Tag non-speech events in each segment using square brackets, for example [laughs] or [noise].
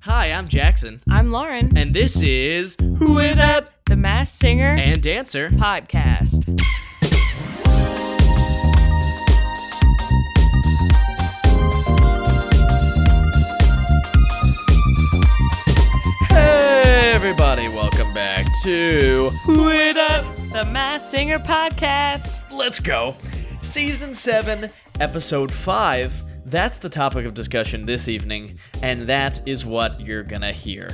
Hi, I'm Jackson, I'm Lauren, and this is Who It Up the Mass Singer and Dancer. Podcast. Hey, everybody, welcome back to Who It Up. The Mass Singer Podcast. Let's go. Season 7, Episode 5. That's the topic of discussion this evening, and that is what you're gonna hear.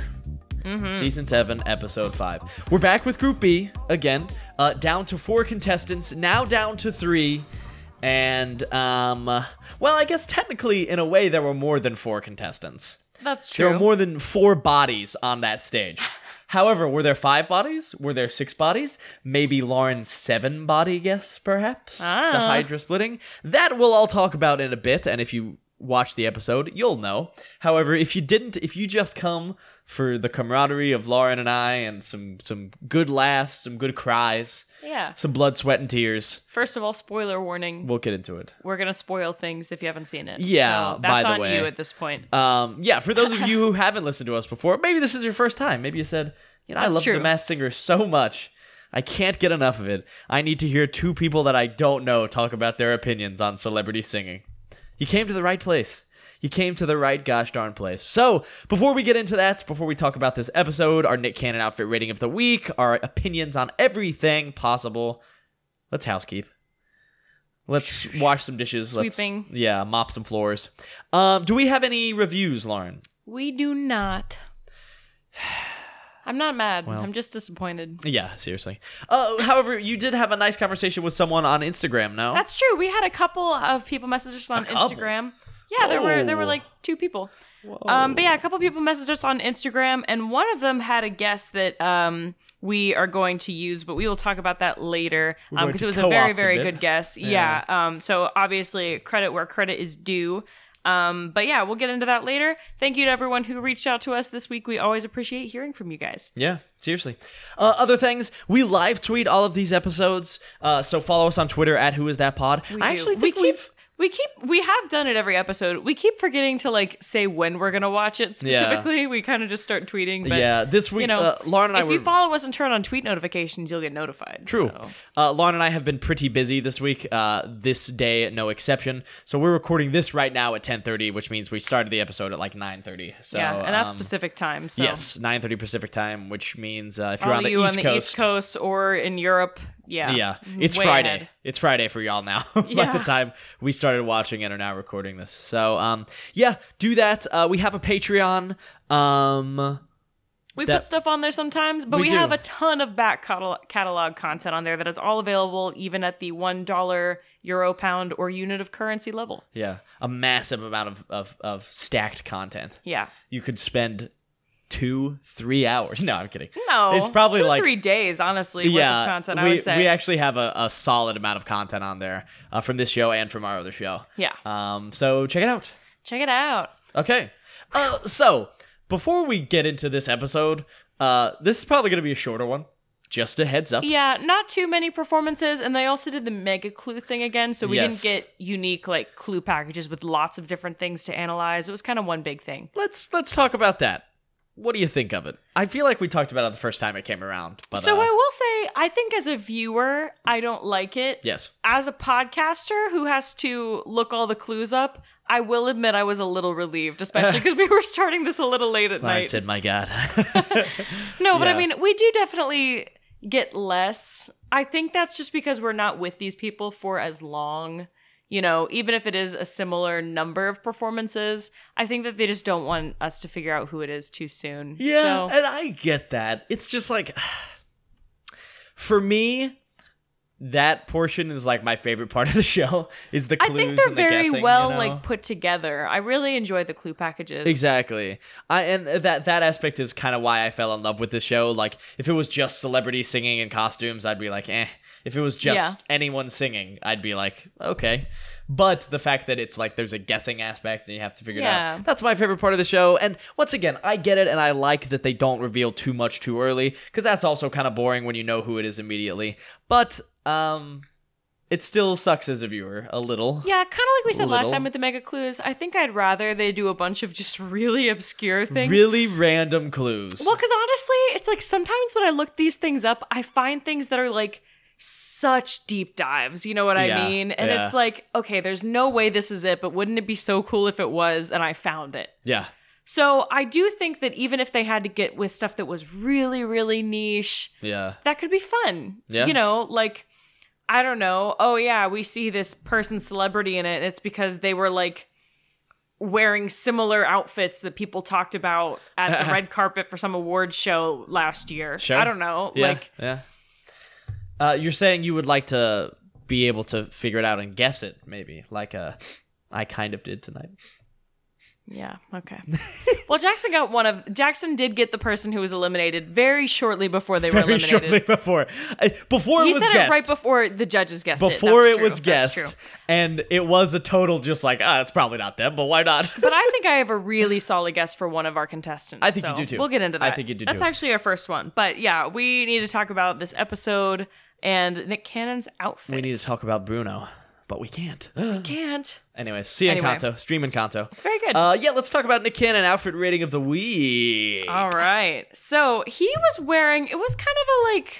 Season 7, Episode 5. We're back with Group B again, uh, down to four contestants, now down to three. And, um, well, I guess technically, in a way, there were more than four contestants. That's There true. were more than four bodies on that [laughs] stage. However, were there five bodies? Were there six bodies? Maybe Lauren's seven body guess, perhaps? The Ah. Hydra splitting? That we'll all talk about in a bit, and if you watch the episode, you'll know. However, if you didn't, if you just come for the camaraderie of Lauren and I and some some good laughs, some good cries, yeah. some blood, sweat, and tears, First of all, spoiler warning. we'll get into it. We're going to spoil things if you haven't seen it. Yeah, So that's by the on way. you at this point. Um, yeah, for those of [laughs] you who haven't listened to us before, maybe this is your first time. Maybe you said, you know, I That's love The true. Masked Singer so much. I can't get enough of it. I need to hear two people that I don't know talk about their opinions on celebrity singing. You came to the right place. You came to the right gosh darn place. So, before we get into that, before we talk about this episode, our Nick Cannon outfit rating of the week, our opinions on everything possible, let's housekeep. [laughs] Let's wash some dishes. Sweeping. Let's, yeah, mop some floors. Um, do we have any reviews, Lauren? We do not. [sighs] I'm not mad. Well. I'm just disappointed. Yeah, seriously. Uh, however, you did have a nice conversation with someone on Instagram. No, That's true. We had a couple of people message us on A couple? Instagram. Yeah, there were there were Whoa. like two people. Um, but yeah, a couple people messaged us on Instagram, and one of them had a guess that um, we are going to use, but we will talk about that later going because to it was a very co-opt a very bit. good guess. Yeah. Um, so obviously, credit where credit is due. Um, but yeah, we'll get into that later. Thank you to everyone who reached out to us this week. We always appreciate hearing from you guys. Yeah, seriously. Uh, other things, we live tweet all of these episodes. Uh, so follow us on Twitter at Who Is That Pod. We I do. actually we think keep we have we keep we have done it every episode. We keep forgetting to like say when we're gonna watch it specifically. We kind of just start tweeting. But yeah this week. you know, uh, Lauren and I if were you follow us and turn on tweet notifications, you'll get notified. True. so. Uh, Lauren and I have been pretty busy this week. Uh, this day, no exception. So we're recording this right now at 10:30, which means we started the episode at like 9:30. So yeah, and that's um, Pacific time. So Yes, 9:30 Pacific time, which means uh, if you're all on the, you East, on the Coast, East Coast or in Europe, yeah, Mm-hmm. yeah, it's way Friday. ahead. It's Friday for y'all now. [laughs] By Yeah. the time we started watching it, are now recording this. So, um, yeah, do that. Uh, we have a Patreon. Um, We That- put stuff on there sometimes, but We we, do. have a ton of back catal- catalog content on there that is all available, even at the one dollar, euro, pound, or unit of currency level. yeah, a massive amount of of, of stacked content. Yeah. You could spend two, three hours. [laughs] No, I'm kidding. No, It's probably two, like- three days, honestly. yeah, worth of we, content. I would say. we actually have a, a solid amount of content on there uh, from this show and from our other show. yeah, Um, so check it out. check it out. Okay. Uh, so before we get into this episode, uh, this is probably going to be a shorter one. Just a heads up. Yeah, not too many performances, and they also did the mega clue thing again, so we Yes. didn't get unique like clue packages with lots of different things to analyze. It was kind of one big thing. Let's let's talk about that. What do you think of it? I feel like we talked about it the first time it came around, but so uh, I will say, I think as a viewer, I don't like it. yes, As a podcaster who has to look all the clues up, I will admit I was a little relieved, [laughs] especially because we were starting this a little late at Lauren night. said, "My God." [laughs] [laughs] No, but Yeah. I mean, we do definitely get less. I think that's just because we're not with these people for as long. You know, even if it is a similar number of performances, I think that they just don't want us to figure out who it is too soon. Yeah, So- and I get that. It's just like [sighs] for me, that portion is like my favorite part of the [laughs] show. Is the I clues think they're and the very guessing, you well know? like put together. I really enjoy the clue packages. Exactly. I and that that aspect is kind of why I fell in love with the show. Like if it was just celebrities singing in costumes, I'd be like, "Eh." If it was just Yeah. anyone singing, I'd be like, "Okay." But the fact that it's like there's a guessing aspect and you have to figure it Yeah. out. That's my favorite part of the show. And once again, I get it and I like that they don't reveal too much too early cuz that's also kind of boring when you know who it is immediately. But um it still sucks as a viewer a little. Yeah, kind of like we said last Little. time with the mega clues. I think I'd rather they do a bunch of just really obscure things. Really random clues. Well, because honestly, it's like sometimes when I look these things up, I find things that are like such deep dives. You know what I Yeah, mean? And yeah. it's like, okay, there's no way this is it, but wouldn't it be so cool if it was? And I found it. yeah. So I do think that even if they had to get with stuff that was really, really niche, Yeah. that could be fun. Yeah. You know, like I don't know. Oh yeah, we see this person celebrity in it, and it's because they were like wearing similar outfits that people talked about [laughs] at the red carpet for some award show last year. Sure. I don't know. Yeah. Like yeah. Uh, you're saying you would like to be able to figure it out and guess it, maybe like uh, I kind of did tonight. Yeah, okay. [laughs] well Jackson got one of Jackson did get the person who was eliminated very shortly before they were [laughs] Very eliminated. shortly before, I- before He it was said guessed. it right before the judges guessed it. before That's it true. was That's guessed, true. and it was a total just like ah, it's probably not them, but why [laughs] not? But I think I have a really solid guess for one of our contestants. I think you so do too. We'll get into I that. think you do That's too. actually our first one. But yeah, we need to talk about this episode and Nick Cannon's outfit. we need to talk about Bruno, but we can't. [gasps] can't. Anyways, see you Anyway. in Encanto. Stream Encanto. It's very good. Uh, yeah, let's talk about Nick Cannon outfit rating of the week. All right. So he was wearing. It was kind of a like.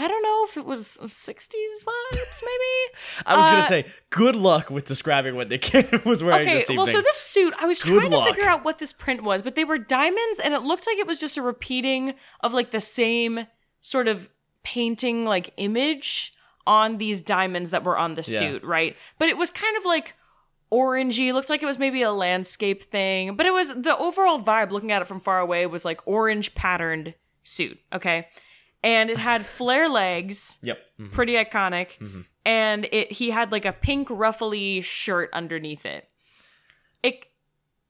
I don't know if it was 60s vibes, maybe. I was gonna uh, say, good luck with describing what Nick Cannon [laughs] was wearing Okay, this evening. well, so this suit, I was Good trying luck. to figure out what this print was, but they were diamonds, and it looked like it was just a repeating of like the same sort of painting like image on these diamonds that were on the Yeah. suit, right? But it was kind of like orangey. It looked like it was maybe a landscape thing, but it was the overall vibe looking at it from far away was like orange patterned suit, okay? And [sighs] it had flare legs yep. Mm-hmm. pretty iconic. And it he had like a pink ruffly shirt underneath it. It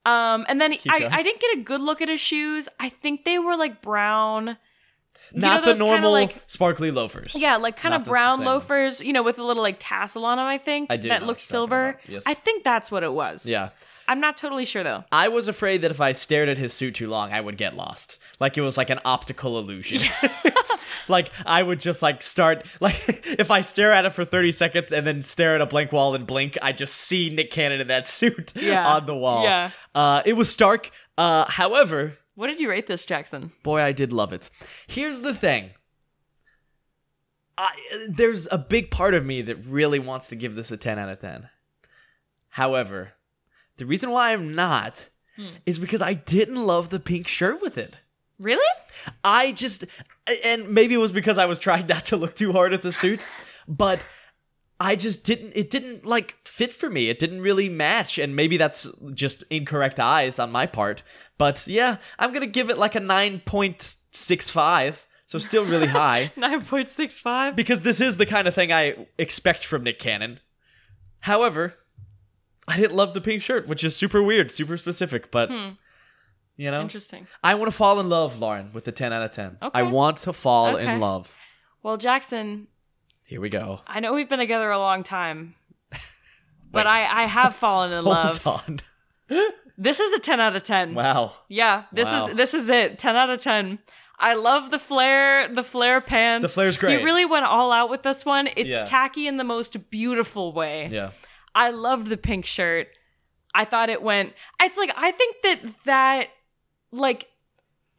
um and then Keep I, going. I didn't get a good look at his shoes. I think they were like brown. You know, Not those the kinda, normal like sparkly loafers. yeah, like kind Not of the brown same. loafers, you know, with a little like tassel on them, I think. I do that know what you're looked talking silver. about. Yes. I think that's what it was. Yeah. I'm not totally sure though. I was afraid that if I stared at his suit too long, I would get lost. Like it was like an optical illusion. [laughs] like I would just like start like [laughs] if I stare at it for 30 seconds and then stare at a blank wall and blink, I just see Nick Cannon in that [laughs] suit Yeah. on the wall. Yeah. Uh, it was stark. Uh, however, What did you rate this, Jackson? boy, I did love it. Here's the thing. I, there's a big part of me that really wants to give this a 10 out of 10. However, the reason why I'm not is because I didn't love the pink shirt with it. [laughs] Really? I just, and maybe it was because I was trying not to look too hard at the suit, but I just didn't, it didn't like fit for me. It didn't really match. And maybe that's just incorrect eyes on my part. But yeah, I'm going to give it like a 9.65. So still really high 9.65. because this is the kind of thing I expect from Nick Cannon. However, I didn't love the pink shirt, which is super weird, super specific, but you know, Interesting. I want to fall in love, Lauren, with a 10 out of 10. Okay. I want to fall Okay. in love. Well, Jackson, Here we go. I know we've been together a long time, Wait. but I, I have fallen in love. [laughs] Hold on. This is a 10 out of 10. Wow. Yeah, this Wow. is this is it. 10 out of 10. I love the flare, the flare pants. The flare's great. You really went all out with this one. It's Yeah. tacky in the most beautiful way. Yeah. I loved the pink shirt. I thought it went It's like I think that that like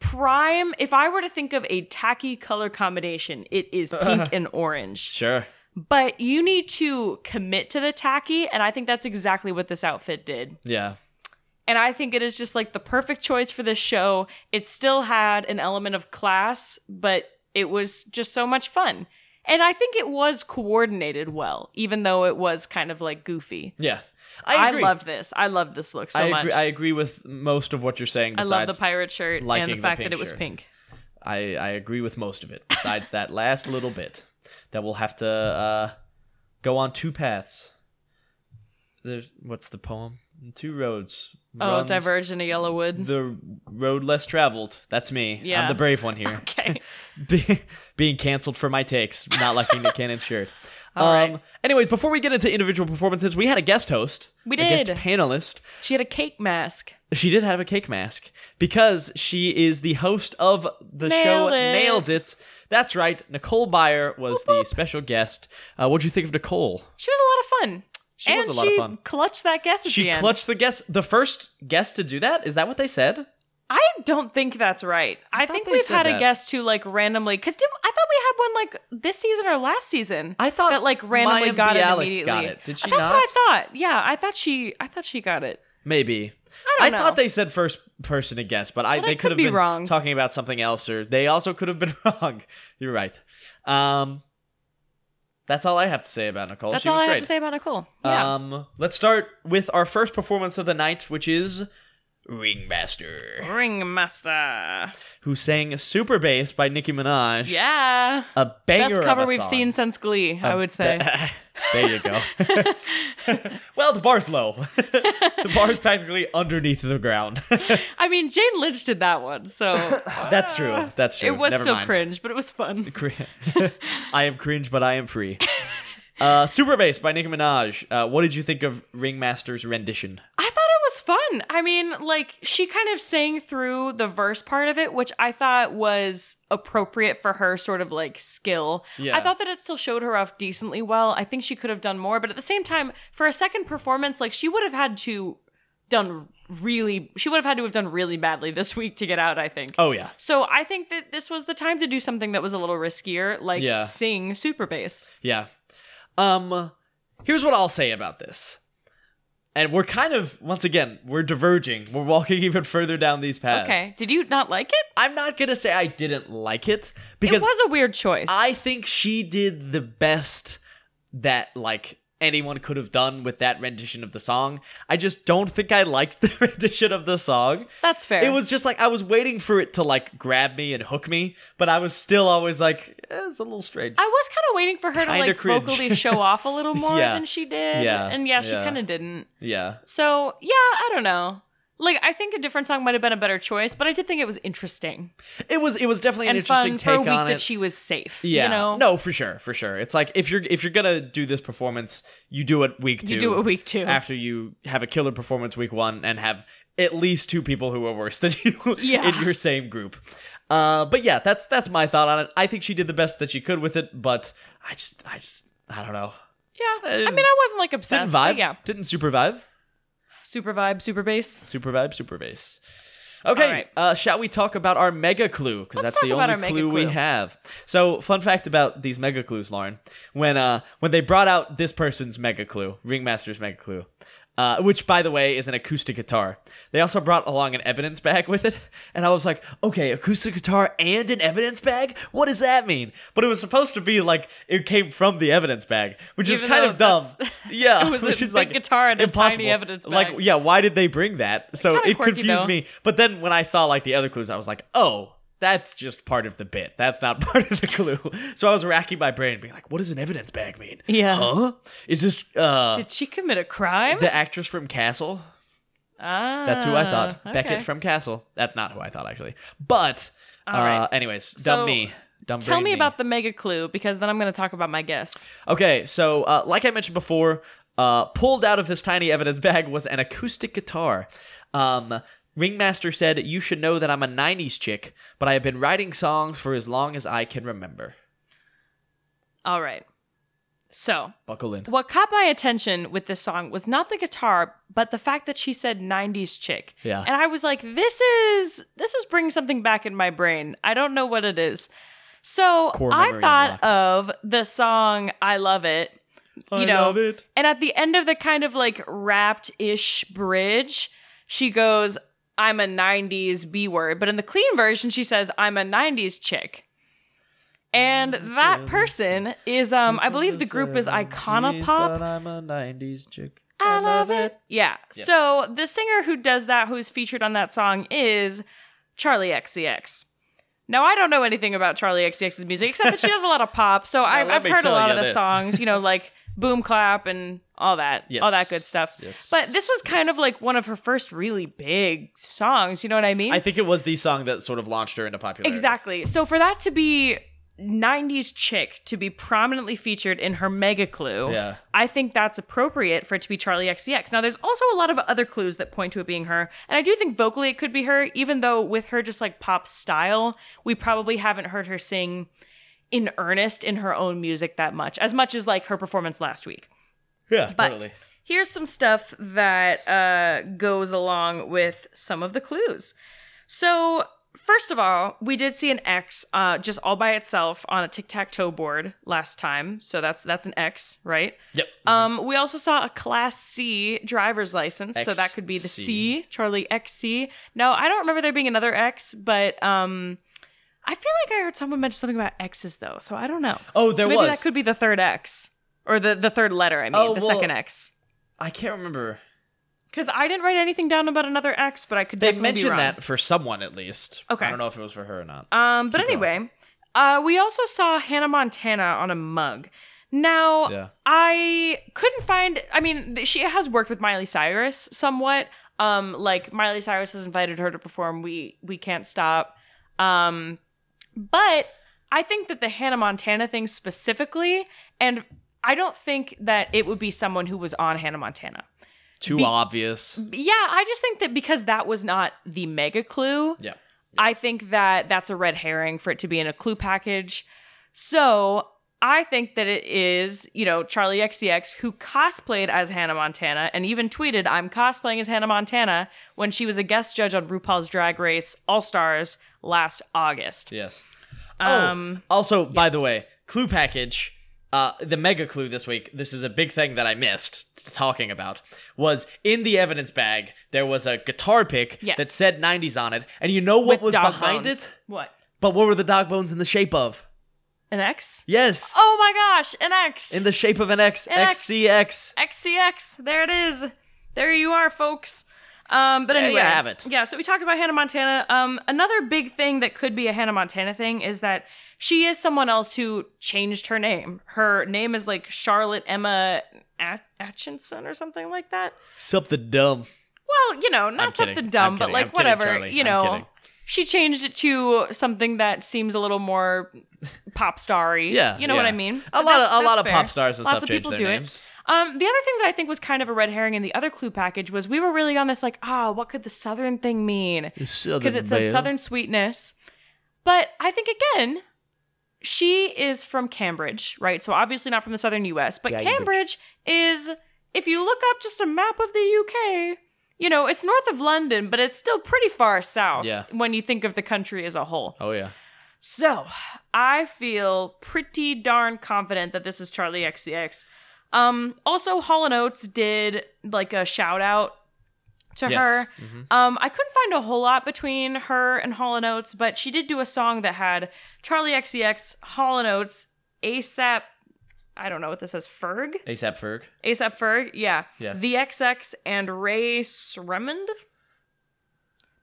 prime if I were to think of a tacky color combination, it [laughs] is pink and orange Sure. but you need to commit to the tacky and i think that's exactly what this outfit did Yeah. and i think it is just like the perfect choice for this show it still had an element of class but it was just so much fun and i think it was coordinated well even though it was kind of like goofy Yeah. i, I agree. love this i love this look so I much agree, I agree with most of what you're saying. I Besides, love the pirate shirt and liking the the fact pink that it was shirt. pink I, I agree with most of it, besides that last little bit that we'll have to uh, go on two paths. There's what's the poem? Two roads. oh Runs diverged into yellow wood The road less traveled. That's me. I'm Yeah. the brave one here. [laughs] okay Be- being canceled for my takes, not liking Nick Cannon's shirt. [laughs] Um, All right. Anyways, before we get into individual performances, we had a guest host. We A did. guest panelist. She had a cake mask. She did have a cake mask because she is the host of the show Nailed it. Nailed It. That's right. Nicole Byer was the special guest. Uh, what'd you think of Nicole? She was a lot of fun. She and was a lot she of fun. clutched that guess at She the end. clutched the guest, the first guest to do that. Is that what they said? I don't think that's right. I, thought think they we've said had that. a guest who like randomly because I thought we had one like this season or last season. I thought that like randomly Mayim got it Bialik immediately. got it. Did she That's not? what I thought. Yeah, I thought she. I thought she got it. Maybe. I don't know. thought they said first person to guess, but I Well, they they could could have be been wrong. talking about something else, or they also could have been [laughs] wrong. You're right. Um, that's all I have to say about Nicole. That's she all was I great. have to say about Nicole. Yeah. Um, let's start with our first performance of the night, which is Ringmaster, Ringmaster. who sang "Super Bass" by Nicki Minaj. Yeah. a banger. Best of cover a we've song. seen since Glee, I Um, would say. th- [laughs] there you go. well, the bar's low. [laughs] the bar's practically underneath the ground. [laughs] I mean, Jane Lynch did that one, so That's true. That's true. it was Never still mind. cringe, but it was fun. Cr- [laughs] I am cringe, but I am free. Uh, Super Bass by Nicki Minaj. Uh, what did you think of Ringmaster's rendition? I thought it was fun. I mean, like she kind of sang through the verse part of it, which I thought was appropriate for her sort of like skill. Yeah. I thought that it still showed her off decently well. I think she could have done more, but at the same time, for a second performance, like she would have had to done really she would have had to have done really badly this week to get out, I think. Oh yeah, So I think that this was the time to do something that was a little riskier, like Yeah. sing super bass. yeah. Um, here's what I'll say about this. And we're kind of once again we're diverging. We're walking [laughs] even further down these paths. Okay. Did you not like it? I'm not gonna say I didn't like it because it was a weird choice. I think she did the best that like anyone could have done with that rendition of the song. I just don't think I liked [laughs] the rendition of the song. That's fair. It was just like I was waiting for it to like grab me and hook me, but I was still always like, eh, it's a little strange. I was kind of waiting for her to Kinda like cringe. [laughs] vocally show off a little more Yeah. than she did. Yeah. And yeah, she Yeah. kind of didn't. yeah. So, yeah, I don't know. Like I think a different song might have been a better choice, but I did think it was interesting It was it was definitely an and interesting fun for a take week on that it. she was safe. yeah. You know? No, for sure, for sure. It's like if you're if you're gonna do this performance, you do it week two. You do it week two. after you have a killer performance week one and have at least two people who are worse than [laughs] you Yeah. in your same group. Uh, but yeah, that's that's my thought on it. I think she did the best that she could with it, but I just I just I don't know. yeah. I didn't- mean, I wasn't like Didn't obsessed. but vibe. Yeah. Didn't super vibe. Super vibe, super bass. Super vibe. Super bass. Okay. All right. Uh, shall we talk about our mega clue? Because Let's that's the talk about only our mega clue, we clue. have. So, fun fact about these mega clues, Lauren. When uh when they brought out this person's mega clue, Ringmaster's mega clue, uh, which by the way is an acoustic guitar. They also brought along an evidence bag [laughs] with it, and I was like, okay, acoustic guitar and an evidence bag. What does that mean? But it was supposed to be like it came from the evidence bag, which is Even kind though of dumb. that's- [laughs] Yeah, [laughs] It was a which is big like guitar and a tiny impossible. evidence Like, bag. yeah, why did they bring that? So kinda it quirky, confused though. me. But then when I saw like the other clues, I was like, oh, that's just part of the bit. That's not [laughs] part of the clue. so I was racking my brain, being like, what does an evidence bag mean? Yeah. Huh? Is this uh Did she commit a crime? the actress from Castle? ah, That's who I thought. okay. Beckett from Castle. That's not who I thought actually. But uh, All right. anyways, So, dumb me. Dumb Tell brain me about the mega clue because then I'm going to talk about my guess. Okay, so uh, like I mentioned before, uh, pulled out of this tiny evidence bag was an acoustic guitar. Um, Ringmaster said, You should know that I'm a 90s chick, but I have been writing songs for as long as I can remember. All right. So, Buckle in. what caught my attention with this song was not the guitar, but the fact that she said 90s chick. Yeah. And I was like, this is this is bringing something back in my brain. I don't know what it is. So, Core I memory thought of the song I Love It you know, it. and at the end of the kind of like wrapped ish bridge, she goes, I'm a 90s B word. But in the clean version, she says, I'm a 90s chick. And Mm-hmm. that person is, um, I believe the group is Iconopop. I'm a 90s chick. I love it. Yeah. So the singer who does that, who's featured on that song, is Charlie XCX. Now I don't know anything about Charlie XCX's music except that she does a lot of [laughs] pop. So I've, let I've me heard a tell lot you of the this. songs, you know, like Boom Clap and all that, Yes. all that good stuff. Yes. But this was kind of like one of her first really big songs. You know what I mean? I think it was the song that sort of launched her into popularity. Exactly. So for that to be 90s chick to be prominently featured in her mega clue, Yeah. I think that's appropriate for it to be Charlie XCX. Now, there's also a lot of other clues that point to it being her, and I do think vocally it could be her, even though with her just like pop style, we probably haven't heard her sing in earnest in her own music that much, as much as like her performance last week. Yeah, But totally. here's some stuff that uh, goes along with some of the clues. So, first of all, we did see an X uh, just all by itself on a tic tac toe board last time. So that's that's an X, right? Yep. Um, we also saw a Class C driver's license, so that could be the XC. C, Charlie XC. No, I don't remember there being another X, but um, I feel like I heard someone mention something about X's though, so I don't know. Oh, there so maybe was. that could be the third X or the the third letter. I mean, Oh, the well- second X. I can't remember. Because I didn't write anything down about another X, but I could They definitely be mentioned wrong. that for someone at least. Okay. I don't know if it was for her or not. Um, but Keep anyway, uh, we also saw Hannah Montana on a mug. [laughs] Now, Yeah. I couldn't find. I mean, th- she has worked with Miley Cyrus somewhat. Um, like Miley Cyrus has invited her to perform. We we can't stop. Um, but I think that the Hannah Montana thing specifically, and I don't think that it would be someone who was on Hannah Montana. Too Be- obvious. Yeah, I just think that because that was not the mega clue, Yeah. I think that that's a red herring for it to be in a clue package. So I think that it is, you know, Charlie XCX who cosplayed as Hannah Montana and even tweeted, I'm cosplaying as Hannah Montana when she was a guest judge on RuPaul's Drag Race All Stars last August. Yes. Um, oh, also, by yes. the way, clue package. Uh, the mega clue this week. This is a big thing that I missed talking about. Was in the evidence bag there was a guitar pick Yes. that said '90s on it, and you know what was dog behind bones. it? What? But what were the dog bones in the shape of? An X? Yes, Oh my gosh, an X! in the shape of an X. An X. XCX. XCX. There it is. There you are, folks. Um, but There anyway, you have it. Yeah, so we talked about Hannah Montana. Um, another big thing that could be a Hannah Montana thing is that she is someone else who changed her name. Her name is like Charlotte Emma At- Atchinson or something like that. Something dumb. Well, you know, I'm not kidding. something dumb, I'm but kidding. like I'm kidding, whatever. Charlie. you I'm know, kidding. she changed it to something that seems a [laughs] little more pop starry. Yeah, you know what yeah. I mean. A But lot of that's- a lot that's of fair. pop stars and Lots stuff of change people their do it. names. Um, the other thing that I think was kind of a red herring in the other clue package was we were really on this like, ah, what could the southern thing mean? Because it said southern sweetness. But I think again, she is from Cambridge, right? So obviously not from the southern US, but Cambridge. Cambridge is if you look up just a map of the UK, you know, it's north of London, but it's still pretty far south Yeah. when you think of the country as a whole. Oh yeah. So, I feel pretty darn confident that this is Charlie XCX. Um, also, Hall and Oates did like a shout out to Yes. her. Mhm. Um, I couldn't find a whole lot between her and Hall and Oates, but she did do a song that had Charlie XCX, Hall and Oates, ASAP. I don't know what this says. Ferg, ASAP Ferg. ASAP Ferg, yeah, Yeah. the XX and Ray Sremond.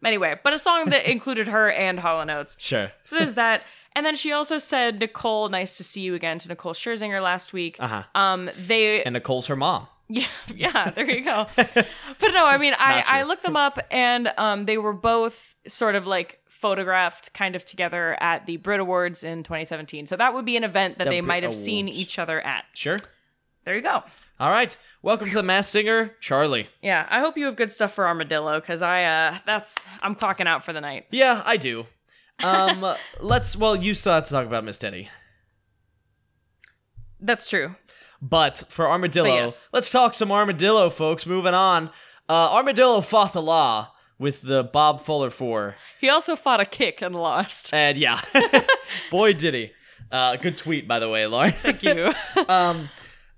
Anyway, but a song that [laughs] included her and Hall and Oates. Sure. So there's that. And then she also said, Nicole, nice to see you again to Nicole Scherzinger last week. Uh huh. Um, they, And Nicole's her mom. [laughs] yeah, yeah, there [laughs] you go. but no, I mean, I, Not true. I looked them up and um, they were both sort of like photographed kind of together at the Brit Awards in 2017. So that would be an event that The they Brit might have seen Awards. each other at. Sure. There you go. All right. Welcome to the Mass Singer, Charlie. Yeah, I hope you have good stuff for Armadillo because I, uh, that's, I'm clocking out for the night. Yeah, I do. [laughs] Um, let's. Well, you still have to talk about Miss Teddy, That's true. but for Armadillo, But yes. let's talk some Armadillo, folks. Moving on. Uh, Armadillo fought the law with the Bob Fuller Four, He also fought a kick and lost. and yeah, [laughs] boy did he. Uh, good tweet, by the way, Lauren. [laughs] Thank you. um,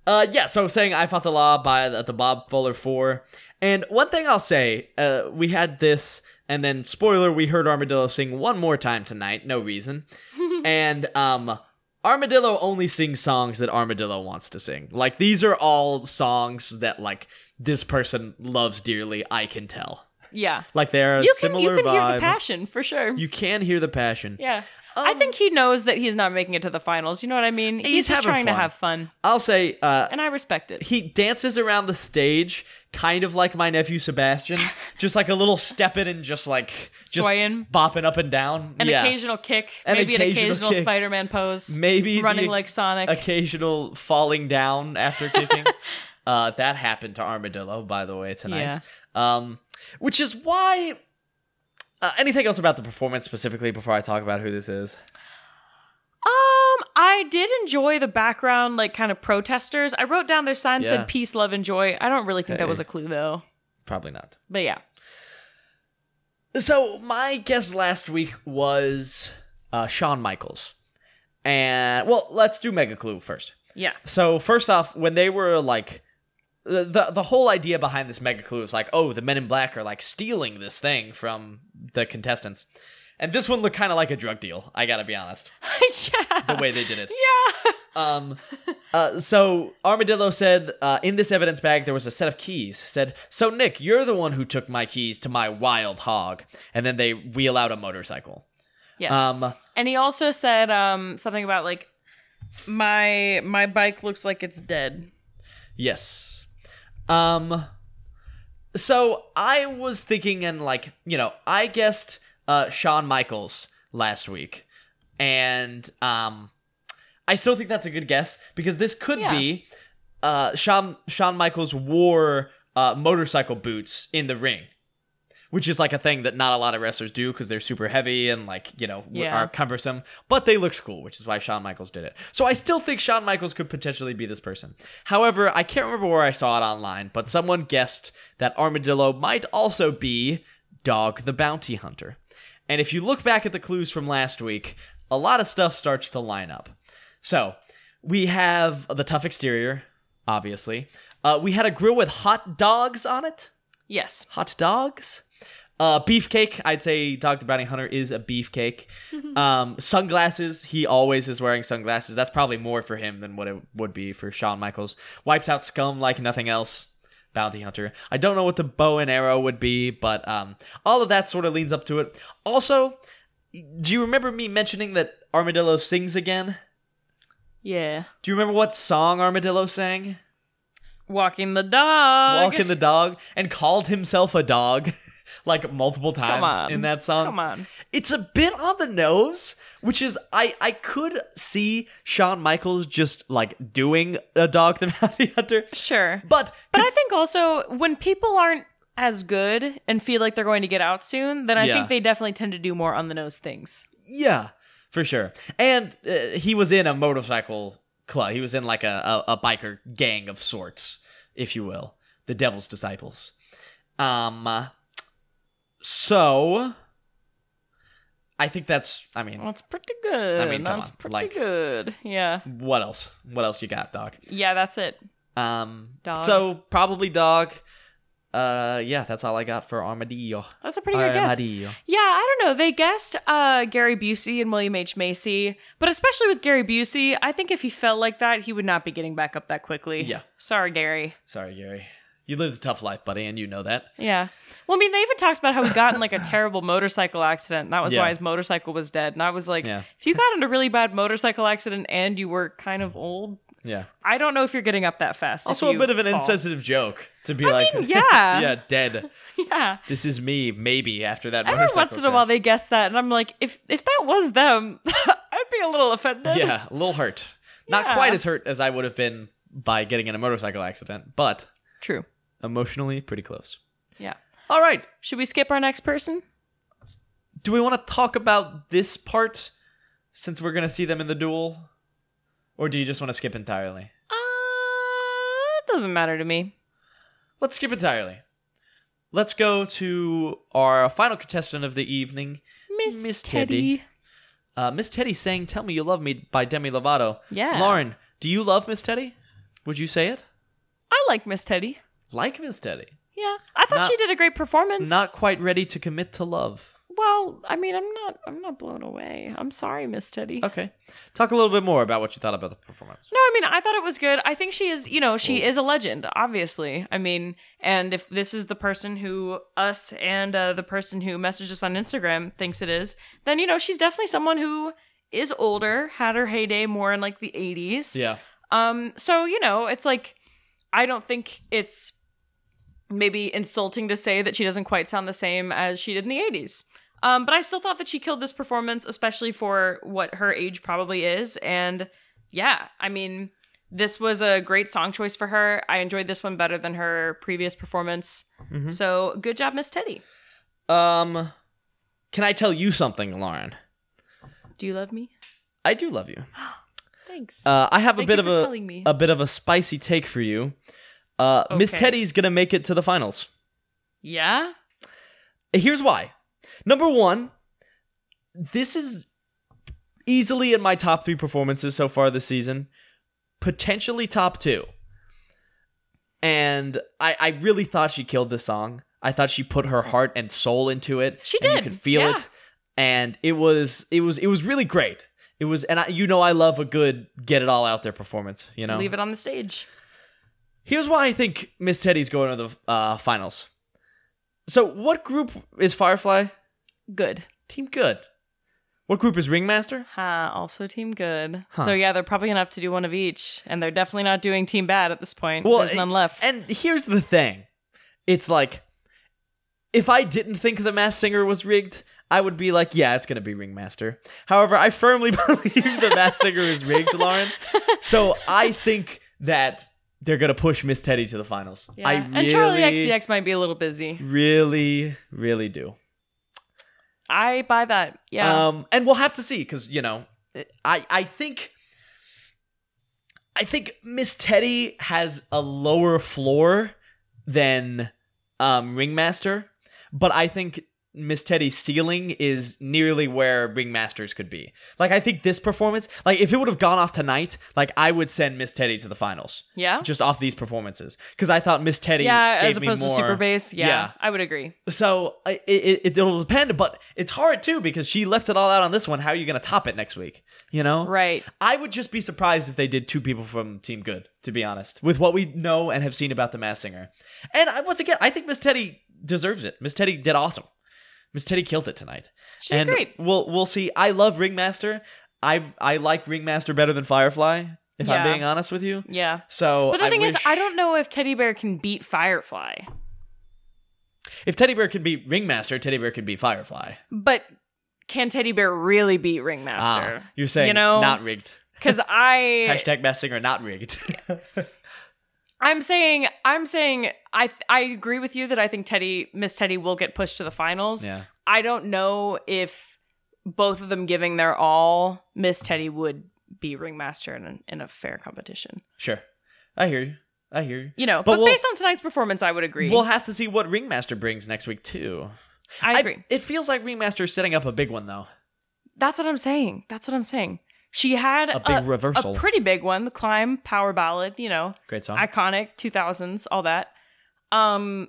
uh, yeah, so saying I Fought the Law by the, the Bob Fuller 4. And one thing I'll say, uh, we had this, and then spoiler, we heard Armadillo sing one more time tonight, no reason. [laughs] and um, Armadillo only sings songs that Armadillo wants to sing. Like, these are all songs that, like, this person loves dearly, I can tell. [laughs] yeah. Like, they're a you can, similar you can vibe. hear the passion for sure. You can hear the passion. yeah. I think he knows that he's not making it to the finals. You know what I mean? He's, He's just having trying fun. to have fun, I'll say uh, and I respect it. he dances around the stage kind of like my nephew [laughs] Sebastian, just like a little stepping and just like just Swaying. bopping up and down. An yeah. occasional kick, An maybe occasional an occasional kick. Spider-Man pose, Maybe the running oc- like Sonic. occasional falling down after [laughs] kicking. uh, that happened to Armadillo, by the way, tonight. Um, which is why. Uh, anything else about the performance specifically before I talk about who this is? Um, I did enjoy the background, like kind of protesters. I wrote down their sign Yeah. said "Peace, Love, and Joy." I don't really think Hey. that was a clue though, Probably not. but yeah, So my guess last week was uh, Shawn Michaels, and well, let's do Mega Clue first. yeah, So first off, when they were like the the, the whole idea behind this mega clue is like, oh, the men in black are like stealing this thing from the contestants. And this one looked kind of like a drug deal, I got to be honest, [laughs] yeah, the way they did it. yeah, Um uh, so Armadillo said uh, in this evidence bag there was a set of keys. Said, "So Nick, you're the one who took my keys to my wild hog." And then they wheel out a motorcycle. yes. Um and he also said um something about like my my bike looks like it's dead. Yes. Um so I was thinking and like, you know, I guessed uh Shawn Michaels last week. And um I still think that's a good guess because this could Yeah. be uh Shawn Shawn Michaels wore uh motorcycle boots in the ring. Which is like a thing that not a lot of wrestlers do because they're super heavy and like, you know, w- Yeah. are cumbersome, but they looked cool, which is why Shawn Michaels did it. So I still think Shawn Michaels could potentially be this person. However, I can't remember where I saw it online, but someone guessed that Armadillo might also be Dog the Bounty Hunter. And if you look back at the clues from last week, a lot of stuff starts to line up. So we have the tough exterior, obviously. Uh, we had a grill with hot dogs on it Yes, hot dogs. Uh, beefcake. I'd say Dog the Bounty Hunter is a [laughs] beefcake. um, sunglasses. He always is wearing sunglasses. That's probably more for him than what it would be for Shawn Michaels. Wipes out scum like nothing else. Bounty Hunter. I don't know what the bow and arrow would be, but um, all of that sort of leans up to it. Also, do you remember me mentioning that Armadillo sings again? yeah, Do you remember what song Armadillo sang? walking the dog. Walking the dog and called himself a dog [laughs] like multiple Come times on. in that song. Come on. It's a bit on the nose, which is I I could see Shawn Michaels just like doing a dog the [laughs] bounty hunter, Sure. but But I cons- think also when people aren't as good and feel like they're going to get out soon, then I Yeah. think they definitely tend to do more on the nose things. yeah, for sure. And uh, he was in a motorcycle club. He was in like a, a a biker gang of sorts, if you will, the Devil's Disciples. Um, so I think that's. I mean, That's pretty good. I mean, come That's on, pretty like- good. Yeah. what else? What else you got, Doc? Yeah, that's it. Um, Dog. So probably dog. Uh, yeah, that's all I got for armadillo. That's a pretty good guess. Armadillo. Yeah, I don't know. They guessed uh, Gary Busey and William H. Macy, but especially with Gary Busey, I think if he fell like that, he would not be getting back up that quickly. Yeah. Sorry, Gary. Sorry, Gary. You lived a tough life, buddy, and you know that. Yeah. Well, I mean, they even talked about how he got in like a terrible motorcycle accident. and That was Yeah. why his motorcycle was dead. And I was like, Yeah. if you got in a really bad motorcycle accident and you were kind of old, Yeah. I don't know if you're getting up that fast. if Also, a you bit of an fall. insensitive joke to be like, [laughs] mean, [laughs] yeah. yeah, dead. [laughs] Yeah. This is me, maybe after that. Every motorcycle once in a while, crash. they guess that, and I'm like, if if that was them, [laughs] I'd be a little offended. yeah, a little hurt. Not Yeah. quite as hurt as I would have been by getting in a motorcycle accident, but True. emotionally pretty close. Yeah. All right. Should we skip our next person? Do we want to talk about this part since we're going to see them in the duel? Or do you just want to skip entirely? Uh, it doesn't matter to me. Let's skip entirely. Let's go to our final contestant of the evening. Miss, Miss Teddy. Uh, Miss Teddy sang Tell Me You Love Me by Demi Lovato. Yeah. Lauren, do you love Miss Teddy? Would you say it? I like Miss Teddy. Like Miss Teddy. Yeah. I thought Not- she did a great performance. Not quite ready to commit to love. well, I'll. I mean, I'm not. I'm not blown away. I'm sorry, Miss Teddy. Okay. Talk a little bit more about what you thought about the performance. No, I mean, I thought it was good. I think she is, you know, she is a legend, obviously. I mean, and if this is the person who us and uh, the person who messaged us on Instagram thinks it is, then, you know, she's definitely someone who is older, had her heyday more in like the 80s. Yeah. Um, so, you know, it's like, I don't think it's maybe insulting to say that she doesn't quite sound the same as she did in the 80s. Um, but I still thought that she killed this performance, especially for what her age probably is. And yeah, I mean, this was a great song choice for her. I enjoyed this one better than her previous performance. Mm-hmm. So good job, Miss Teddy. Um, can I tell you something, Lauren? Do you love me? I do love you. Thanks. Uh, I have a Thank bit you of for a telling me. a bit of a spicy take for you. Uh, Miss Okay. Teddy's gonna make it to the finals. yeah? Here's why. Number one, this is easily in my top three performances so far this season, potentially top two. And I, I really thought she killed the song. I thought she put her heart and soul into it. She and did, You could feel yeah. it, and it was it was it was really great. It was, and I, you know, I love a good get it all out there performance. You know, Leave it on the stage. Here's why I think Miss Teddy's going to the uh, finals. So, what group is Firefly? Good. Team Good. What group is Ringmaster? Ha, also team good. Huh. So yeah, they're probably gonna have to do one of each, and they're definitely not doing team bad at this point. There's none left. eh, And here's the thing it's like, if I didn't think The Mass Singer was rigged, I would be like, yeah, it's going to be Ringmaster. However, I firmly [laughs] believe The Mass Singer is rigged, [laughs] Lauren. So, I think that they're going to push Miss Teddy to the finals. yeah. I and Charlie really, XCX might be a little busy. really, really do. I buy that. Yeah. Um, and we'll have to see because you know, I I think I think Miss Teddy has a lower floor than um, Ringmaster, but I think Miss Teddy's ceiling is nearly where Ringmasters could be. Like I think this performance, like if it would have gone off tonight, like I would send Miss Teddy to the finals yeah. just off these performances because I thought Miss Teddy Yeah, gave as opposed me more. to super bass. Yeah, Yeah. I would agree. So I- it, it it'll depend, but it's hard too because she left it all out on this one. How are you going to top it next week? You know, Right. I would just be surprised if they did two people from Team Good. To be honest, with what we know and have seen about the Mass Singer, and I, once again, I think Miss Teddy deserves it. Miss Teddy did awesome. Miss Teddy killed it tonight, She did and great. we'll we'll see. I love Ringmaster. I I like Ringmaster better than Firefly. If I'm Yeah. being honest with you, Yeah. so But the I thing is, wish- I don't know if Teddy Bear can beat Firefly. if Teddy Bear can beat Ringmaster. Teddy Bear can beat Firefly. But can Teddy Bear really beat Ringmaster? Ah, you're saying you know, not rigged. because I [laughs] Hashtag best singer not rigged. I'm saying I'm saying I I agree with you that I think Teddy Miss Teddy will get pushed to the [laughs] finals. yeah. I don't know if both of them giving their all, Miss Teddy would be ringmaster in, a- in a fair competition. Sure. I hear you. I hear you. You know, But but, we'll- based on tonight's performance, I would agree. We'll have to see what Ringmaster brings next week too. I agree. it feels like Ringmaster is setting up a big one though. That's what I'm saying. That's what I'm saying. She had A big reversal. a pretty big one, the climb, power ballad, you know, Great song. iconic 2000s all that um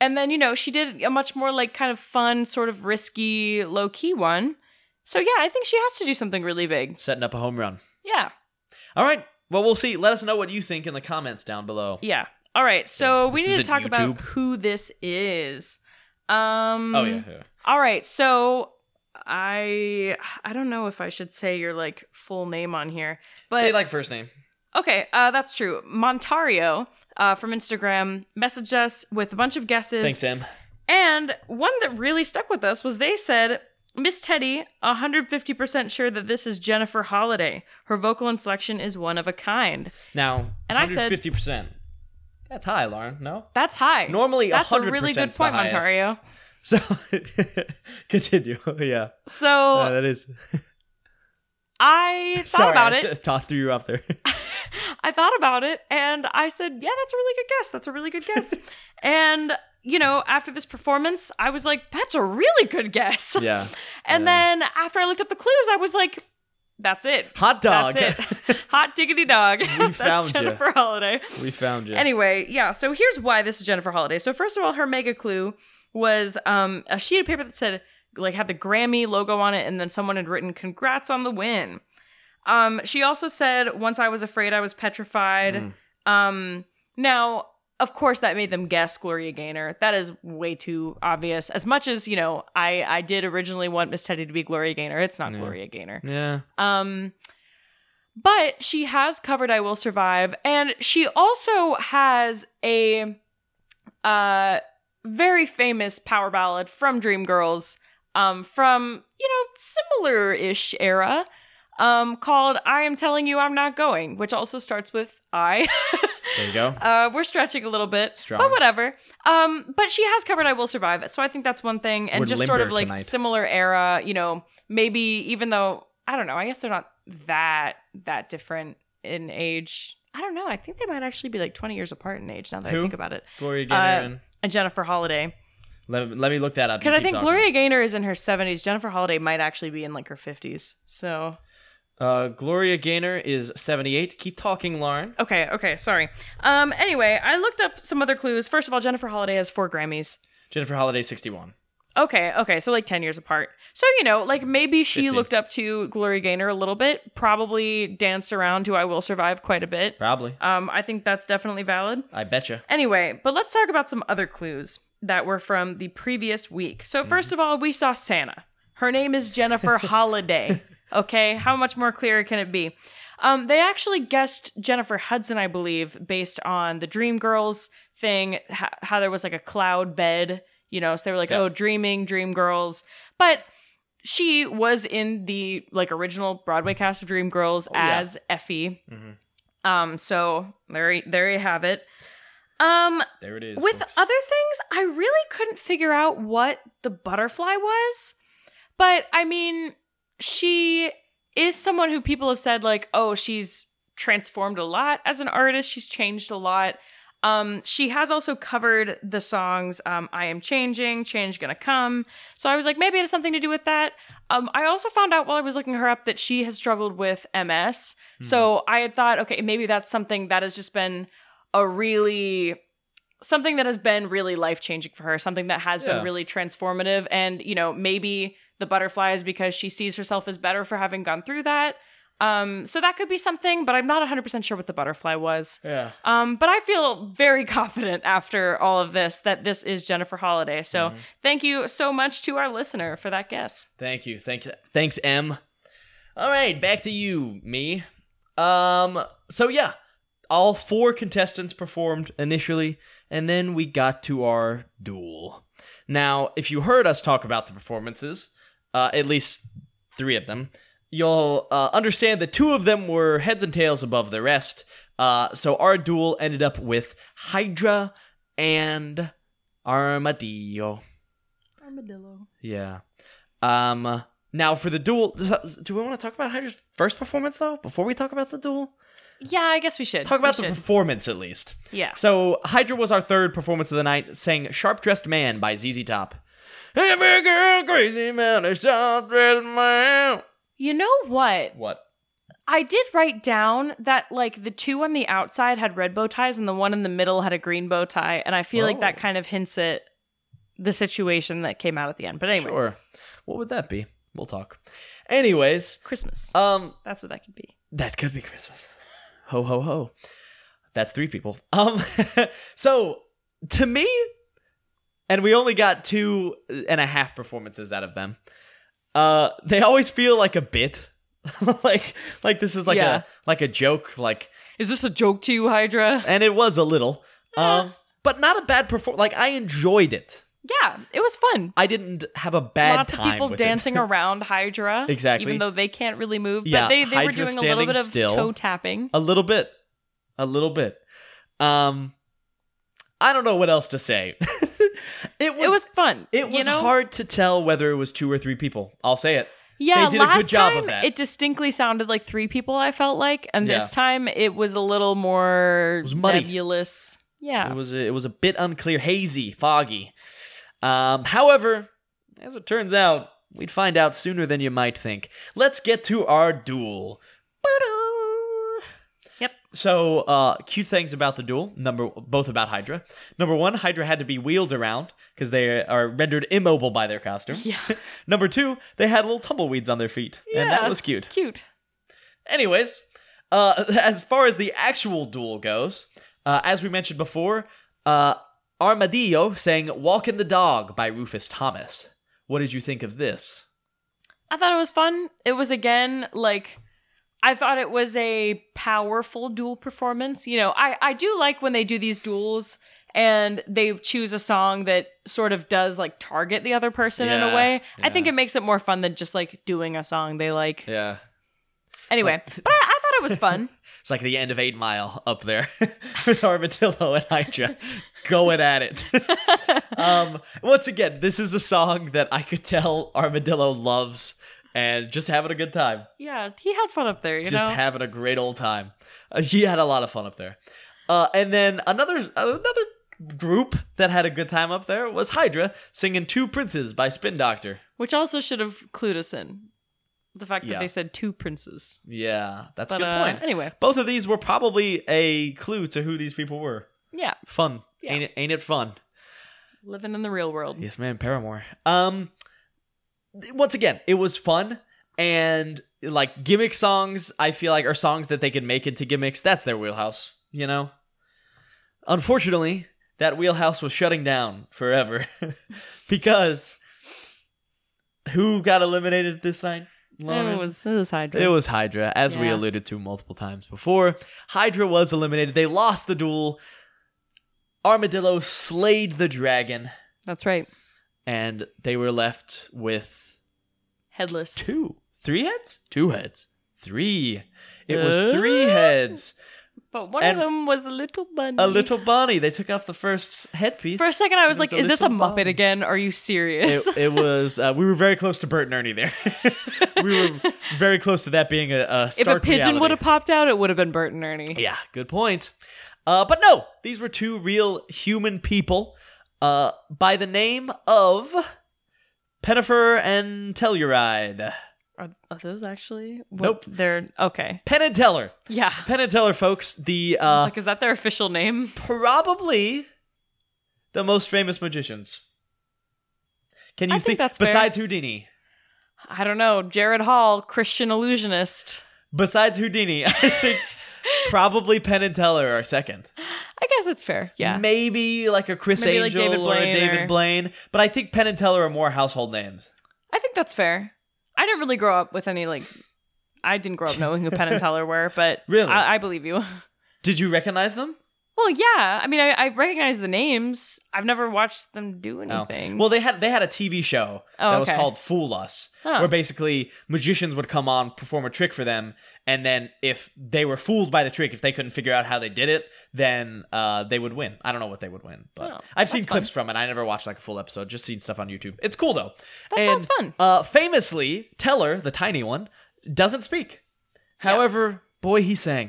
and then you know she did a much more like kind of fun sort of risky low key one so yeah i think she has to do something really big Setting up a home run. yeah All right. Well, we'll see. Let us know what you think in the comments down below. yeah all right so Yeah, we this need to isn't talk about YouTube. who this is um Oh yeah. yeah. all right so i i don't know if i should say your like full name on here but say like first name. Okay, uh, that's true. Montario uh, from Instagram messaged us with a bunch of guesses. Thanks, Sam. And one that really stuck with us was they said, Miss Teddy, 150% sure that this is Jennifer Holiday. Her vocal inflection is one of a kind. Now, And I said- 150%. That's high, Lauren. No? That's high. Normally That's a 100% really good is the point, highest. [laughs] Montario. So [laughs] continue. yeah. So Uh, that is. I [laughs] thought Sorry, about I it. t- talked through you off [laughs] there. I thought about it and I said, yeah, that's a really good guess. That's a really [laughs] good guess. and, you know, after this performance, I was like, that's a really good guess. [laughs] yeah. And Yeah. then after I looked up the clues, I was like, that's it. Hot dog. That's it. Hot diggity dog. [laughs] that's found ya. Jennifer Holiday. [laughs] we found you. Anyway, yeah, so here's why this is Jennifer Holiday. So first of all, her mega clue was um, a sheet of paper that said like had the Grammy logo on it, and then someone had written "Congrats on the win." Um, she also said, "Once I was afraid, I was petrified." Um, now, of course, that made them guess Gloria Gaynor. That is way too obvious. As much as you know, I I did originally want Miss Teddy to be Gloria Gaynor. It's not Yeah. Gloria Gaynor. Yeah. Um, but she has covered "I Will Survive," and she also has a uh very famous power ballad from Dreamgirls, um, from you know similar-ish era, um, called "I Am Telling You I'm Not Going," which also starts with "I." [laughs] There you go. Uh, we're stretching a little bit, Strong. but whatever. Um, but she has covered "I Will Survive," so I think that's one thing, and Would just sort of limber like tonight. similar era. You know, maybe even though I don't know, I guess they're not that that different in age. I don't know. I think they might actually be like twenty years apart in age. Now that I Who? think about it, Gloria Gaynor. and and Jennifer Holiday, let, let me look that up. because You Uh, I keep think talking. Gloria Gaynor is in her seventies. Jennifer Holiday might actually be in like her fifties. So Uh, Gloria Gaynor is 78. Keep talking, Lauren. okay, okay, sorry. Um, anyway, I looked up some other clues. First of all, Jennifer Holiday has four Grammys. Jennifer Holiday, 61. Okay, okay, so like 10 years apart. So, you know, like maybe she 15. looked up to Gloria Gaynor a little bit, probably danced around to I Will Survive quite a bit. Probably. Um, I think that's definitely valid. I betcha. Anyway, but let's talk about some other clues that were from the previous week. So, Mm-hmm. first of all, we saw Santa. Her name is [laughs] Jennifer Holiday. Okay, how much more clear can it be? Um, they actually guessed Jennifer Hudson, I believe, based on the Dream Girls thing, how, how there was like a cloud bed, you know, so they were like, Yeah. oh, dreaming, Dream Girls. But she was in the like original Broadway cast of Dream Girls Oh, yeah. as Effie. Mhm. Um, so there, y- there you have it. Um, There it is. with folks. other things, I really couldn't figure out what the butterfly was. But I mean, she is someone who people have said, like, oh, she's transformed a lot as an artist, she's changed a lot. Um, she has also covered the songs um, I Am Changing, Change Gonna Come. So I was like, maybe it has something to do with that. Um, I also found out while I was looking her up that she has struggled with MS. So I had thought, okay, maybe that's something that has just been a really something that has been really life changing for her, something that has Yeah. been really transformative. And, you know, maybe the butterfly is because she sees herself as better for having gone through that. Um, so that could be something, but I'm not 100% sure what the butterfly was. Yeah. Um, but I feel very [laughs] confident after all of this that this is Jennifer Holiday. So thank you so much to our listener for that guess. Thank you. Thanks. Thanks, M. All right, back to you, me. Um. So yeah, all four contestants performed initially, and then we got to our duel. Now, if you heard us talk about the performances, uh, at least three of them, you'll uh, understand that two of them were heads and tails above the rest. Uh, so our duel ended up with Hydra and Armadillo. Armadillo. Yeah. Um. Now for the duel, do we want to talk about Hydra's first performance though? Before we talk about the duel, Yeah, I guess we should. talk about the We should. performance at least. yeah. So Hydra was our third performance of the night, sang "Sharp Dressed Man" by ZZ Top. Every girl crazy man is sharp dressed man. You know what? What? I did write down that like the two on the outside had red bow ties and the one in the middle had a green bow tie, and I feel like that Oh. kind of hints at the situation that came out at the end. But anyway, Sure. What would that be? We'll talk. Anyways, Christmas. um, That's what that could be. That could be Christmas. Ho ho ho. That's three people. Um [laughs] so to me and we only got two and a half performances out of them. Uh they always feel like a bit. [laughs] like like this is like Yeah. a like a joke like Is this a joke to you, Hydra? and it was a little. Eh. Um but not a bad perform like I enjoyed it. Yeah, it was fun. I didn't have a bad Lots of time people with it. [laughs] dancing around Hydra. Exactly. Even though they can't really move, Yeah, but they, they were Hydra doing a little standing bit of still. toe tapping. A little bit. A little bit. Um I don't know what else to say. [laughs] it was it was fun. it you was know? hard to tell whether it was two or three people. I'll say it. Yeah, They did a good last job time of that. it distinctly sounded like three people. I felt like, and this Yeah. time it was a little more was muddy. nebulous. Yeah, It was a, it was a bit unclear, hazy, foggy. Um, however, as it turns out, we'd find out sooner than you might think. Let's get to our duel. Yep. So, uh, cute things about the duel. Number both about Hydra. Number one, Hydra had to be wheeled around because they are rendered immobile by their costume. [laughs] Yeah. Number two, they had little tumbleweeds on their feet, and that Yeah. was cute. Cute. Anyways, uh, [laughs] as far as the actual duel goes, uh, as we mentioned before, uh, Armadillo sang "Walking the Dog" by Rufus Thomas. What did you think of this? I thought it was fun. It was again like I thought it was a powerful duel performance. You know, I I do like when they do these duels and they choose a song that sort of does like target the other person in Yeah, a way. yeah. I think it makes it more fun than just like doing a song they like. Yeah, Anyway, but I, I thought it was fun. [laughs] [laughs] It's like the end of Eight Mile up there [laughs] with Armadillo and Hydra going at it. [laughs] um, once again, this is a song that I could tell Armadillo loves and just having a good time, yeah, he had fun up there. You just know, having a great old time. Uh, he had a lot of fun up there. Uh, and then another another group that had a good time up there was Hydra singing Two Princes by Spin Doctor. which also should have clued us in the fact Yeah. that they said two princes. Yeah, that's but a good uh, point. anyway, Both of these were probably a clue to who these people were. yeah, Fun. Yeah. Ain't, it, ain't it fun? living in the real world. Yes, man, Paramore. Um, th- once again, it was fun and like gimmick songs. I feel like are songs that they can make into gimmicks. That's their wheelhouse, you know. Unfortunately, that wheelhouse was shutting down forever [laughs] because who got eliminated this night? Lauren? It was it was Hydra. It was Hydra, as we Yeah. alluded to multiple times before. Hydra was eliminated. They lost the duel. Armadillo slayed the dragon That's right. and they were left with [laughs] Headless. two, three heads, two heads, three. It was three Uh, heads. But one And- of them was a little bunny. A little bunny. They took off the first headpiece. For a second, I It was was like, a "Is this a little Muppet bunny. again? Are you serious?" it, it was. Uh, we were very close to Bert and Ernie there. [laughs] we were very close to that being a, a [laughs] if a stark pigeon reality. would have popped out, it would have been Bert and Ernie. Yeah, good point. Uh, but no, these were two real human people uh, by the name of Pennifer and Telluride. Are, are those actually? Nope. They're okay. Penn and Teller. Yeah. Penn and Teller, folks. The I was uh, like, is that their official name? probably the most famous magicians. Can you I think that's fair. besides Houdini? I don't know. Jared Hall, Christian illusionist. Besides Houdini, [laughs] I think probably Penn and Teller are second. I guess it's fair. Yeah. Maybe like a Chris Maybe like Angel David or a Blaine David or- Blaine, but I think Penn and Teller are more household names. I think that's fair. I didn't really grow up with any like. I didn't grow up knowing [laughs] who Penn and Teller were, but Really? I, I believe you. [laughs] Did you recognize them? Well, yeah. I mean, I, I recognize the names. I've never watched them do anything. Oh. Well, they had they had a TV show Oh, that was okay. called Fool Us, Huh. where basically magicians would come on, perform a trick for them, and then if they were fooled by the trick, if they couldn't figure out how they did it, then uh, they would win. I don't know what they would win, but Oh, I've seen that's fun. clips from it. I never watched like a full episode, just seen stuff on YouTube. It's cool though. That and, sounds fun. Uh, famously, Teller, the tiny one, doesn't speak. However, boy, he sang.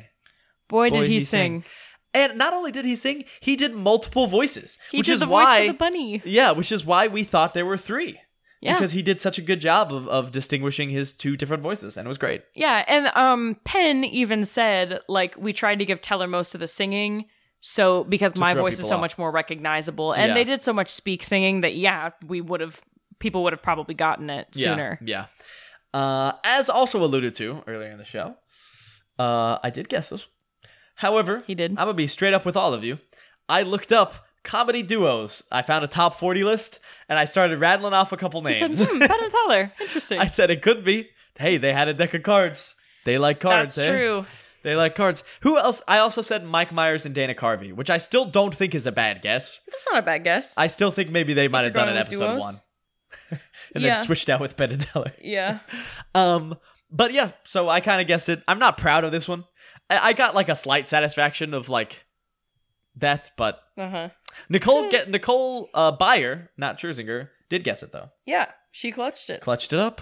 boy, boy, did he, he sang. sing. And not only did he sing, he did multiple voices, He which did is the voice why for the bunny. yeah, which is why we thought there were three. Yeah. Because he did such a good job of, of distinguishing his two different voices, and it was great. yeah, and um Penn even said like we tried to give Teller most of the singing so because my throw voice is people so off. much more recognizable and Yeah. they did so much speak singing that yeah, we would have people would have probably gotten it sooner. Yeah. yeah. Uh, as also alluded to earlier in the show, uh, I did guess this. However, He did. I'm going to be straight up with all of you. I looked up comedy duos. I found a top 40 list, and I started rattling off a couple He said, names. hmm, Penn and Teller. Interesting. [laughs] I said it could be. Hey, they had a deck of cards. They like cards. That's eh? true. They like cards. Who else? I also said Mike Myers and Dana Carvey, which I still don't think is a bad guess. That's not a bad guess. I still think maybe they might you're have done going an with episode duos? one, [laughs] and Yeah. then switched out with Ben and Teller. yeah. Um, but yeah, so I kind of guessed it. I'm not proud of this one. I, I got like a slight satisfaction of like that, but Uh-huh. Nicole get Nicole uh, Bayer, not Scherzinger, did guess it though. Yeah, she clutched it. Clutched it up.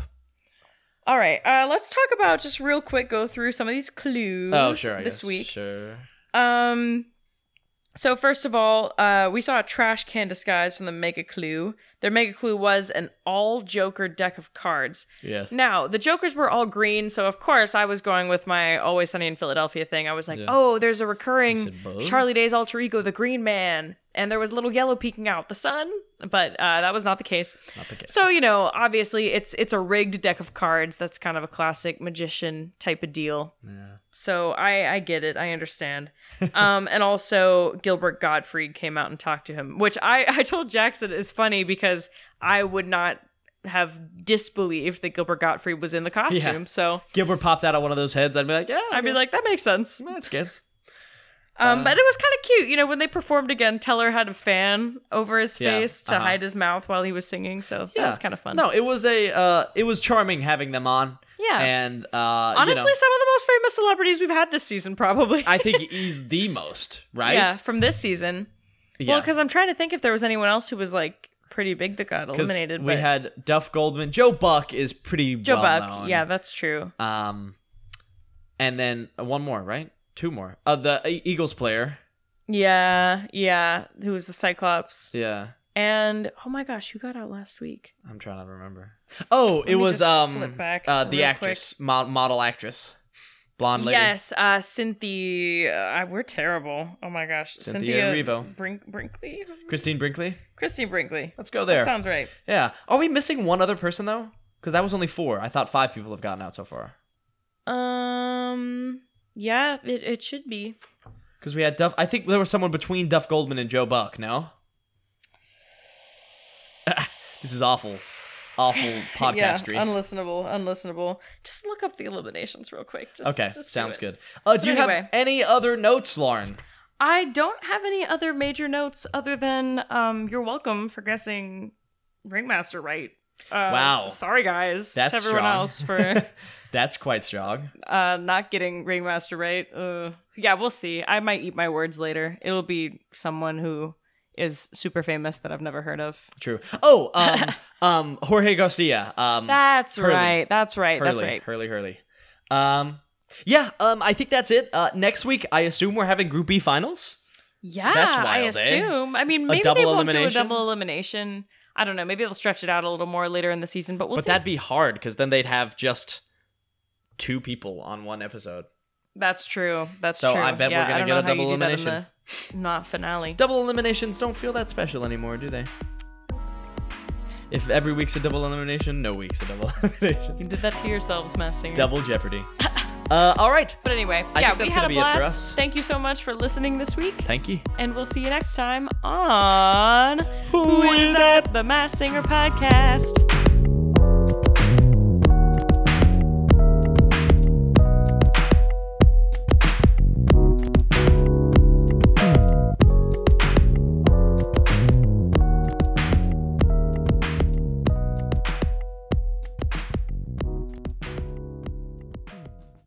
All right, uh, let's talk about just real quick. Go through some of these clues Oh sure, I this guess. week. Sure. Um, so first of all, uh, we saw a trash can disguise from the Mega Clue. Their mega clue was an all Joker deck of cards. Yes. Now, the Jokers were all green, so of course I was going with my Always Sunny in Philadelphia thing. I was like, Yeah. oh, there's a You recurring said both? Charlie Day's alter ego, the Green Man, and there was a little yellow peeking out, the sun, but uh, that was not the case. Not the case. So you know, obviously it's it's a rigged deck of cards. That's kind of a classic magician type of deal. Yeah. So I I get it. I [laughs] understand. Um and also Gilbert Gottfried came out and talked to him, which I [laughs] I told Jackson is funny because I would not have disbelieved that Gilbert Gottfried was in the costume. So Gilbert popped out on one of those heads. I'd be like, yeah. I'd be okay. like that makes sense. Mm, that's good. Um Uh, but it was kind of cute. You know, when they performed again, Teller had a fan over his Yeah, face to uh-huh. hide his mouth while he was singing. So that Yeah. was kind of fun. No, it was a uh, it was charming having them on. Yeah. And uh, you know, Honestly, some of the most famous celebrities we've had this season, probably. I think he's the most right. [laughs] Yeah, from this season. Yeah. Well, because I'm trying to think if there was anyone else who was like pretty big that got 'Cause eliminated. we but had Duff Goldman. Joe Buck is pretty Joe well Buck. known. Yeah, that's true. Um, and then uh, one more, right? Two more. Uh, the E- Eagles player. Yeah, yeah. Who was the Cyclops? Yeah, And oh my gosh, who got out last week? I'm trying to remember. Oh, it me was just um flip back uh, the real actress, mo- model actress, blonde lady. Yes, uh, Cynthia. Uh, we're terrible. Oh my gosh, Cynthia Cynthia, Erivo. Brink- Brinkley, Christine Brinkley. Christine Brinkley. Let's go there. That sounds right. yeah. Are we missing one other person though? Because that was only four. I thought five people have gotten out so far. Um, yeah, it it should be. Because we had Duff. I think there was someone between Duff Goldman and Joe Buck. No. [laughs] this is awful, awful podcastery. [laughs] Yeah, unlistenable, unlistenable. Just look up the eliminations real quick. Just, okay, just do sounds it. good. Uh, do you have anyway. any other notes, Lauren? I don't have any other major notes other than um, you're welcome for guessing Ringmaster right. Uh, Wow. Sorry, guys. That's to everyone strong. [laughs] else for That's quite strong. uh, not getting Ringmaster right. Uh, yeah, we'll see. I might eat my words later. It'll be someone who is super famous that I've never heard of. True. Oh, [laughs] um, um, Jorge Garcia. Um, That's Hurley. right. That's right. Hurley, That's right. Hurley, Hurley. Um, yeah. Um, I think that's it. Uh, next week, I assume we're having Group B finals. Yeah, That's I wild, eh? assume. I mean, maybe double they won't do elimination? a double elimination. I don't know. Maybe they'll stretch it out a little more later in the season, but we'll but see. that'd be hard because then they'd have just two people on one episode. That's true. That's So true. I bet we're Yeah, gonna don't get a know how you double do that in elimination. the Not finale. double eliminations don't feel that special anymore, do they? If every week's a double elimination, no week's a double [laughs] elimination. You did that to yourselves, messing. Double jeopardy. Uh, all right. But anyway, I yeah, think that's we had gonna a be it for blast. us. Thank you so much for listening this week, Thank you. and we'll see you next time on Who is that? the Mass Singer podcast.